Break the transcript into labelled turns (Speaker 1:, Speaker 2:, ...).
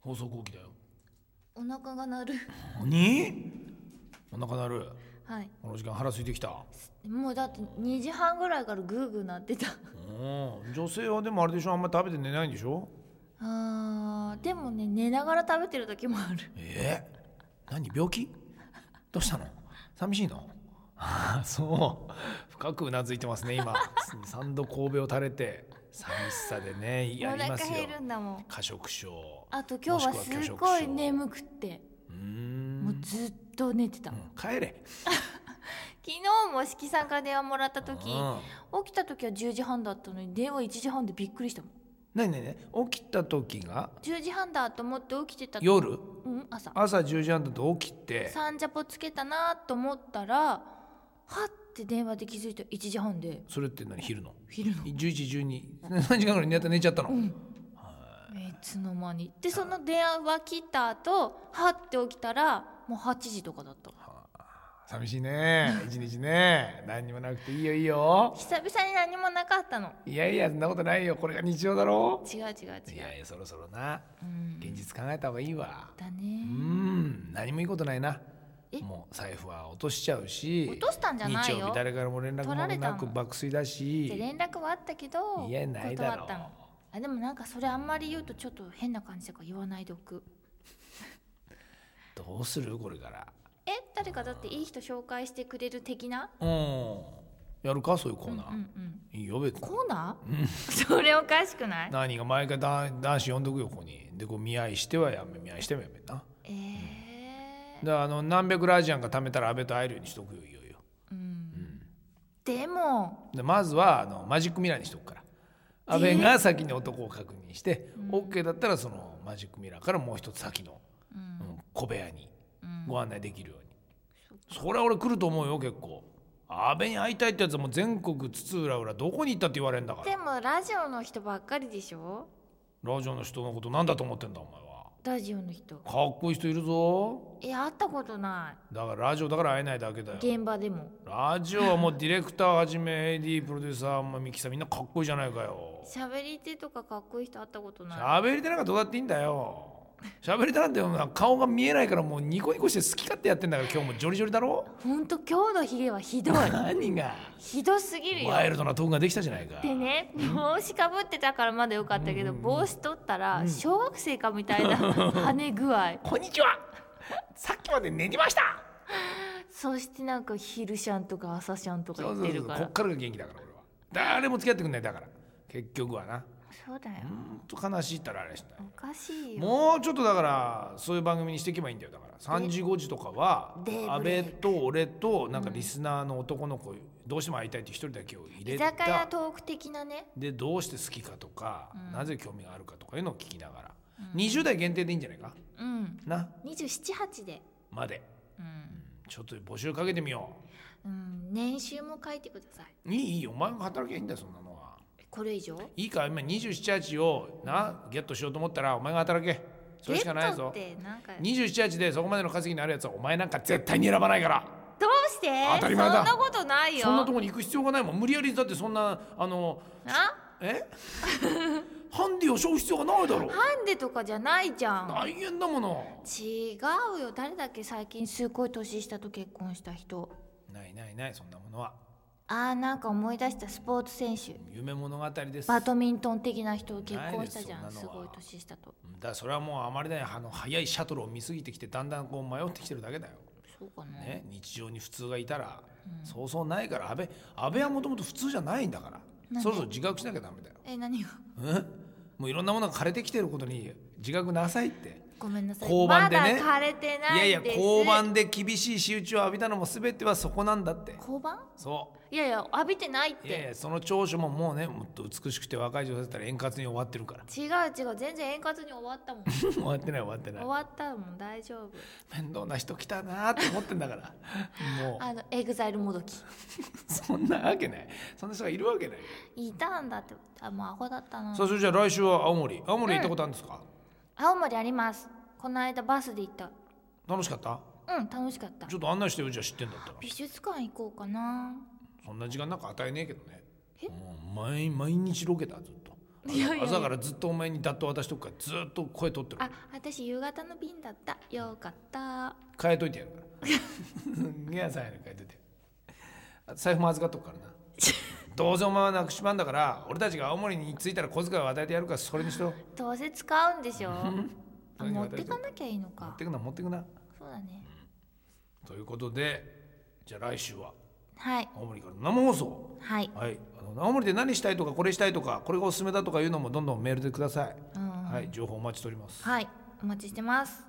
Speaker 1: 放送後期だよ
Speaker 2: お腹が鳴る
Speaker 1: 何お腹鳴る
Speaker 2: はい
Speaker 1: この時間腹空いてきた
Speaker 2: もうだって2時半ぐらいからグーグー鳴ってた
Speaker 1: うん女性はでもあれでしょあんま食べて寝ないんでしょ
Speaker 2: あーでもね寝ながら食べてる時もある
Speaker 1: えー、何病気どうしたの寂しいのああそう深くうなずいてますね今 三度神戸を垂れて寂しさでねいや
Speaker 2: お
Speaker 1: あり
Speaker 2: 腹
Speaker 1: ますよ
Speaker 2: 減るんだもん
Speaker 1: 過食症
Speaker 2: あと今日は
Speaker 1: もしくは拒食
Speaker 2: す
Speaker 1: 症
Speaker 2: ごい眠くって
Speaker 1: うーん
Speaker 2: もうずっと寝てた、
Speaker 1: うん帰れ
Speaker 2: 昨日も色さんから電話もらった時
Speaker 1: うん
Speaker 2: 起きた時は10時半だったのに電話1時半でびっくりしたもん
Speaker 1: 何何何起きた時が
Speaker 2: 10時半だと思って起きてた
Speaker 1: 夜
Speaker 2: うん朝
Speaker 1: 朝10時半だと起きて
Speaker 2: サンジャポつけたなと思ったらはって電話で気づいた1時半で
Speaker 1: それって何昼の
Speaker 2: 昼の
Speaker 1: 11時12 3時間ぐらい寝た寝ちゃったの、
Speaker 2: いつの間にでその電話切った後はって起きたらもう8時とかだった
Speaker 1: 寂しいね一日ね何にもなくていいよいいよ
Speaker 2: 久々に何もなかったの
Speaker 1: いやいやそんなことないよこれが日常だろ
Speaker 2: 違う違
Speaker 1: い
Speaker 2: う違う
Speaker 1: やいやそろそろな
Speaker 2: うん
Speaker 1: 現実考えた方がいいわ
Speaker 2: だ
Speaker 1: う
Speaker 2: ね
Speaker 1: ん何もいいことないな
Speaker 2: え
Speaker 1: もう財布は落としちゃうし
Speaker 2: 落としたんじゃないよ
Speaker 1: 日曜日誰からも連絡も
Speaker 2: 取られた
Speaker 1: な
Speaker 2: も
Speaker 1: く
Speaker 2: ん
Speaker 1: 爆睡だし
Speaker 2: で連絡はあったけど
Speaker 1: いやないだろ
Speaker 2: 断ったのあでもなんかそれあんまり言うとちょっと変な感じだから言わないでおく
Speaker 1: どうするこれから
Speaker 2: え誰かだっていい人紹介してくれる的な
Speaker 1: うんやるかそういうコーナー、
Speaker 2: うんうん
Speaker 1: いいよ別に
Speaker 2: コーナー、 それおかしくない
Speaker 1: 何が毎回だ男子呼んどくよここにでこう見合いしてはやめ見合いしてもやめな
Speaker 2: ええ
Speaker 1: であの南北ラジアンが貯めたら安倍と会えるようにしとくよいよいよ
Speaker 2: うん、でも
Speaker 1: でまずはあのマジックミラーにしとくから安倍が先に男を確認して、OK だったらそのマジックミラーからもう一つ先の、うん小部屋にご案内できるように、それは俺来ると思うよ結構安倍に会いたいってやつはもう全国津々浦々どこに行ったって言われるんだから
Speaker 2: でもラジオの人ばっかりでしょ
Speaker 1: ラジオの人のことなんだと思ってんだお前は
Speaker 2: ラジオの人
Speaker 1: かっこいい人いるぞ
Speaker 2: え会ったことな
Speaker 1: だからラジオだから会えないだけだよ
Speaker 2: い現場でも
Speaker 1: ラジオはもうディレクターはじめ AD プロデューサーもミキサーみんなかっこいいじゃないかよ
Speaker 2: 喋り手とかかっこいい人会ったことない
Speaker 1: 喋り手なんかどうだっていいんだよ喋り手なんてもう顔が見えないからもうニコニコして好き勝手やってんだから今日もジョリジョリだろ
Speaker 2: ほんと今日のヒゲは ひどい
Speaker 1: 何が
Speaker 2: ひどすぎるよ
Speaker 1: ワイルドなトークができたじゃないか
Speaker 2: でね帽子かぶってたからまだよかったけど帽子取ったら小学生かみたい な跳ね具合
Speaker 1: こんにちはさっきまで寝てました
Speaker 2: そしてなんか昼シャンとか朝シャンとか
Speaker 1: そう
Speaker 2: 言
Speaker 1: そ
Speaker 2: っ
Speaker 1: うそう
Speaker 2: てる
Speaker 1: こ
Speaker 2: から
Speaker 1: っからが元気だから俺は誰も付き合ってくんないだから結局はな
Speaker 2: そうだよ
Speaker 1: ほんと悲しいったらあれしない
Speaker 2: おかしいよ
Speaker 1: もうちょっとだからそういう番組にしていけばいいんだよだから3時5時とかは
Speaker 2: デーブレイク
Speaker 1: 安倍と俺となんかリスナーの男の子どうしても会いたいって一人だけを入
Speaker 2: 居
Speaker 1: れ
Speaker 2: 酒屋
Speaker 1: た
Speaker 2: トーク的なね
Speaker 1: でどうして好きかとか、なぜ興味があるかとかいうのを聞きながら、20代限定でいいんじゃないか
Speaker 2: うん
Speaker 1: な
Speaker 2: 278で
Speaker 1: まで
Speaker 2: うん、
Speaker 1: ちょっと募集かけてみよ
Speaker 2: うん、年収も書いてくださいう
Speaker 1: いいいいお前が働きゃいいんだよそんなのは
Speaker 2: これ以上
Speaker 1: いいか今278をなゲットしようと思ったらお前が働けそれしかないぞ
Speaker 2: ゲットってなんかど
Speaker 1: 278でそこまでの稼ぎになるやつはお前なんか絶対に選ばないから
Speaker 2: うして
Speaker 1: 当たり前だ
Speaker 2: そんなことないよ
Speaker 1: そんなとこに行く必要がないもん無理やりだってそんなあの
Speaker 2: あ
Speaker 1: えハンディを背負う必要がないだろ
Speaker 2: ハンデとかじゃないじゃん
Speaker 1: 大変だもの
Speaker 2: 違うよ誰だっけ最近すごい年下と結婚した人
Speaker 1: ないないないそんなものは
Speaker 2: あーなんか思い出したスポーツ選手
Speaker 1: 夢物語です
Speaker 2: バドミントン的な人と結婚したじゃ
Speaker 1: なんいですすそんなの
Speaker 2: ご
Speaker 1: はい
Speaker 2: 年下と
Speaker 1: だからそれはもうあまりねあの早いシャトルを見すぎてきてだんだんこう迷ってきてるだけだよ、
Speaker 2: そうかな、
Speaker 1: ね、日常に普通がいたら、そうそうないから安倍安倍はもともと普通じゃないんだからそろそろ自覚しなきゃダメだよ
Speaker 2: え何が
Speaker 1: う んもういろんなものが枯れてきてることに自覚なさいって
Speaker 2: ごめんなさい
Speaker 1: 交番でね
Speaker 2: まだ枯れて
Speaker 1: い
Speaker 2: な
Speaker 1: やい
Speaker 2: い
Speaker 1: や
Speaker 2: んです
Speaker 1: 交番で厳しい仕打ちを浴びたのも全てはそこなんだって
Speaker 2: 交番
Speaker 1: そ
Speaker 2: いやいや浴びてないっ
Speaker 1: う
Speaker 2: て
Speaker 1: いやいやその長所ももうねもっと美しくて若い女性だったら円滑に終わってるから
Speaker 2: 違う違う全然円滑に終わったもん終
Speaker 1: 終わってない終わってない
Speaker 2: わったもん大丈夫
Speaker 1: 面倒な人来たなーって思ってんだから も
Speaker 2: あのエグザイルもどき
Speaker 1: うそんなわけないそんな人がいるわけない、
Speaker 2: いたんだってあもうアホだったな
Speaker 1: さあそれじゃあ来週は青森青森行ったことあるんですか、
Speaker 2: 青森ありますこの間バスで行った
Speaker 1: 楽しかった
Speaker 2: うん楽しかった
Speaker 1: ちょっと案内してよじゃあ知ってんだったら
Speaker 2: 美術館行こうかな
Speaker 1: そんな時間なんか与えねえけどね
Speaker 2: え
Speaker 1: もう毎毎日ロケだずっと
Speaker 2: いやいやいや
Speaker 1: 朝からずっとお前にだっと渡しとくからずっと声取ってる
Speaker 2: あ私夕方の便だったよかった
Speaker 1: 変えといてやるから いやさやに変えといてあ財布も預かっとくからなどうせお前はなくしまんだから俺たちが青森に着いたら小遣いを与えてやるからそれにしろ
Speaker 2: どうせ使うん でしょあ
Speaker 1: 何
Speaker 2: 持
Speaker 1: が
Speaker 2: ってかなきゃいいの
Speaker 1: 持
Speaker 2: か
Speaker 1: ってくな持ってくな
Speaker 2: そうだね
Speaker 1: ということでじゃあ来週は
Speaker 2: はい
Speaker 1: 青森からの生放送
Speaker 2: はい、
Speaker 1: はいあの青森で何したいとかこれしたいとかこれがおすすめだとかいうのもどんどんメールでください、
Speaker 2: うん、
Speaker 1: はい情報お待ちしております
Speaker 2: はいお待ちしてます